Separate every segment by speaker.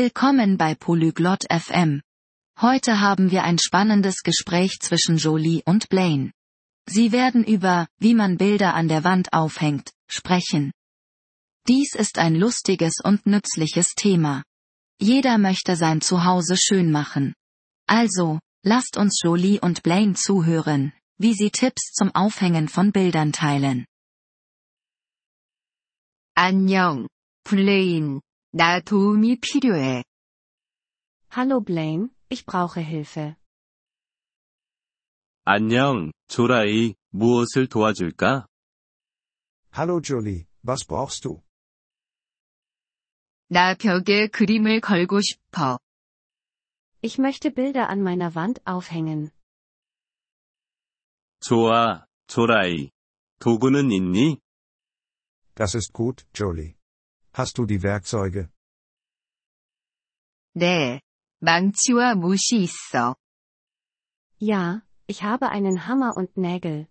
Speaker 1: Willkommen bei Polyglot FM. Heute haben wir ein spannendes Gespräch zwischen Jolie und Blaine. Sie werden über, wie man Bilder an der Wand aufhängt, sprechen. Dies ist ein lustiges und nützliches Thema. Jeder möchte sein Zuhause schön machen. Also, lasst uns Jolie und Blaine zuhören, wie sie Tipps zum Aufhängen von Bildern teilen.
Speaker 2: 안녕, 블레인. 나 도움이 필요해.
Speaker 3: Hallo Blaine, ich brauche Hilfe.
Speaker 4: 안녕, 조라이. 무엇을 도와줄까?
Speaker 5: Hallo Jolie, was brauchst du?
Speaker 2: 나 벽에 그림을 걸고 싶어.
Speaker 3: Ich möchte Bilder an meiner Wand aufhängen.
Speaker 4: 좋아, 조라이. 도구는 있니?
Speaker 5: Das ist gut, Jolie. Hast du die Werkzeuge?
Speaker 2: 네. 망치와 못이 있어.
Speaker 3: Ja, ich habe einen Hammer und Nägel.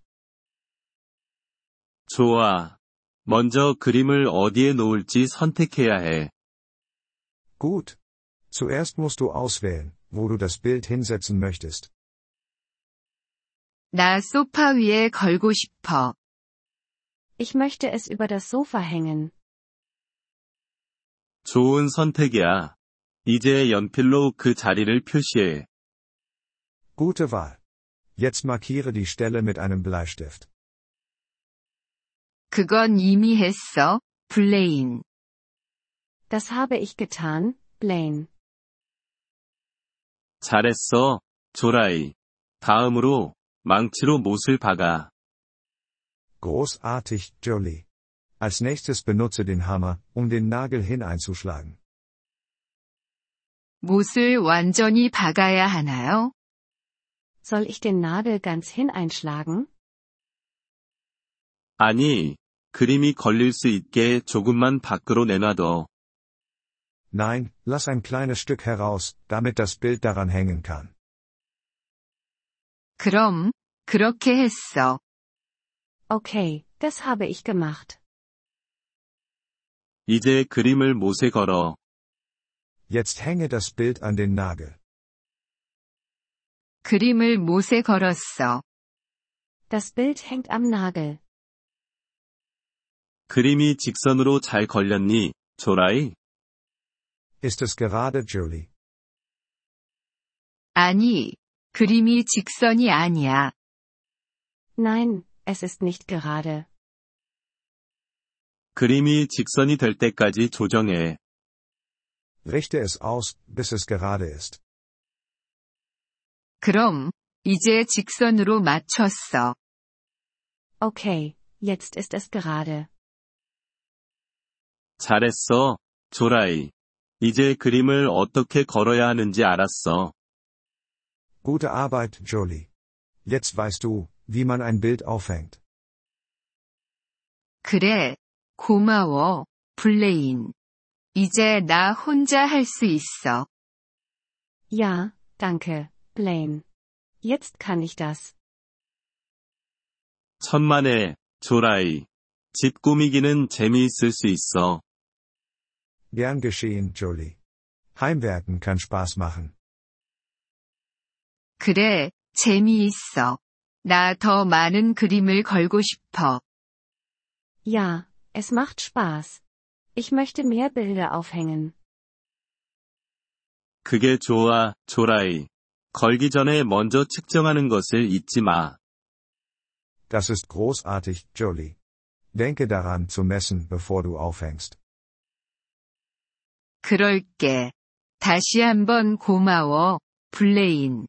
Speaker 4: 좋아. 먼저 그림을 어디에 놓을지 선택해야 해.
Speaker 5: Gut. Zuerst musst du auswählen, wo du das Bild hinsetzen möchtest.
Speaker 2: 나 소파 위에 걸고 싶어.
Speaker 3: Ich möchte es über das Sofa hängen.
Speaker 4: 좋은 선택이야. 이제 연필로 그 자리를 표시해.
Speaker 5: Gute Wahl. Jetzt markiere die Stelle mit einem Bleistift.
Speaker 2: 그건 이미 했어, 블레인.
Speaker 3: Das habe ich getan, Blaine.
Speaker 4: 잘했어, 조라이. 다음으로 망치로 못을 박아.
Speaker 5: Großartig, Jolie. Als nächstes benutze den Hammer, um den Nagel hineinzuschlagen.
Speaker 2: 못을 완전히 박아야 하나요?
Speaker 3: Soll ich den Nagel ganz hineinschlagen?
Speaker 4: 아니, 그림이 걸릴 수 있게 조금만 밖으로 내놔둬.
Speaker 5: Nein, lass ein kleines Stück heraus, damit das Bild daran hängen kann.
Speaker 2: 그럼, 그렇게 했어.
Speaker 3: Okay, das habe ich gemacht.
Speaker 4: 이제 그림을 못에 걸어.
Speaker 5: Jetzt hänge das Bild an den Nagel.
Speaker 2: 그림을 못에 걸었어.
Speaker 3: Das Bild hängt am Nagel.
Speaker 4: 그림이 직선으로 잘 걸렸니, 조라이?
Speaker 5: Ist es gerade, Jolie?
Speaker 2: 아니, 그림이 직선이 아니야.
Speaker 3: Nein, es ist nicht gerade.
Speaker 4: 그림이 직선이 될 때까지 조정해.
Speaker 5: Richte es aus, bis es gerade ist.
Speaker 2: 그럼, 이제 직선으로 맞췄어.
Speaker 3: Okay, jetzt ist es gerade.
Speaker 4: 잘했어, 조라이. 이제 그림을 어떻게 걸어야 하는지 알았어.
Speaker 5: Gute Arbeit, Jolie. Jetzt weißt du, wie man ein Bild aufhängt.
Speaker 2: 그래. 고마워, 블레인. 이제 나 혼자 할 수 있어.
Speaker 3: Ja, danke, Blaine. Jetzt kann ich das.
Speaker 4: 천만에, 조라이. 집 꾸미기는 재미있을 수 있어.
Speaker 5: Gern geschehen, Jolie. Heimwerken kann Spaß machen.
Speaker 2: 그래, 재미있어. 나 더 많은 그림을 걸고 싶어.
Speaker 3: Ja, es macht Spaß. Ich möchte mehr Bilder aufhängen.
Speaker 4: 그게 좋아, 조라이. 걸기 전에 먼저 측정하는 것을 잊지 마.
Speaker 5: Das ist großartig, Jolie. Denke daran zu messen, bevor du aufhängst.
Speaker 2: 그럴게. 다시 한번 고마워, 블레인.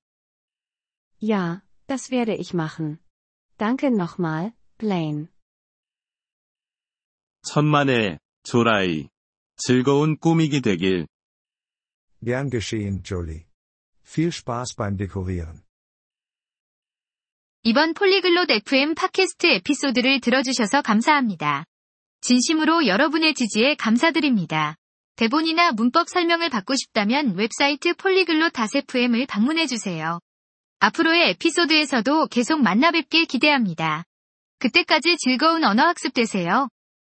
Speaker 3: Ja, das werde ich machen. Danke nochmal, Blaine.
Speaker 4: 천만에, 조라이. 즐거운 꾸미기 되길.
Speaker 5: Gern geschehen, Jolie. Viel Spaß beim Dekorieren.
Speaker 6: 이번 폴리글롯 FM 팟캐스트 에피소드를 들어주셔서 감사합니다. 진심으로 여러분의 지지에 감사드립니다. 대본이나 문법 설명을 받고 싶다면 웹사이트 폴리글롯 FM을 방문해주세요. 앞으로의 에피소드에서도 계속 만나뵙길 기대합니다. 그때까지 즐거운 언어학습 되세요.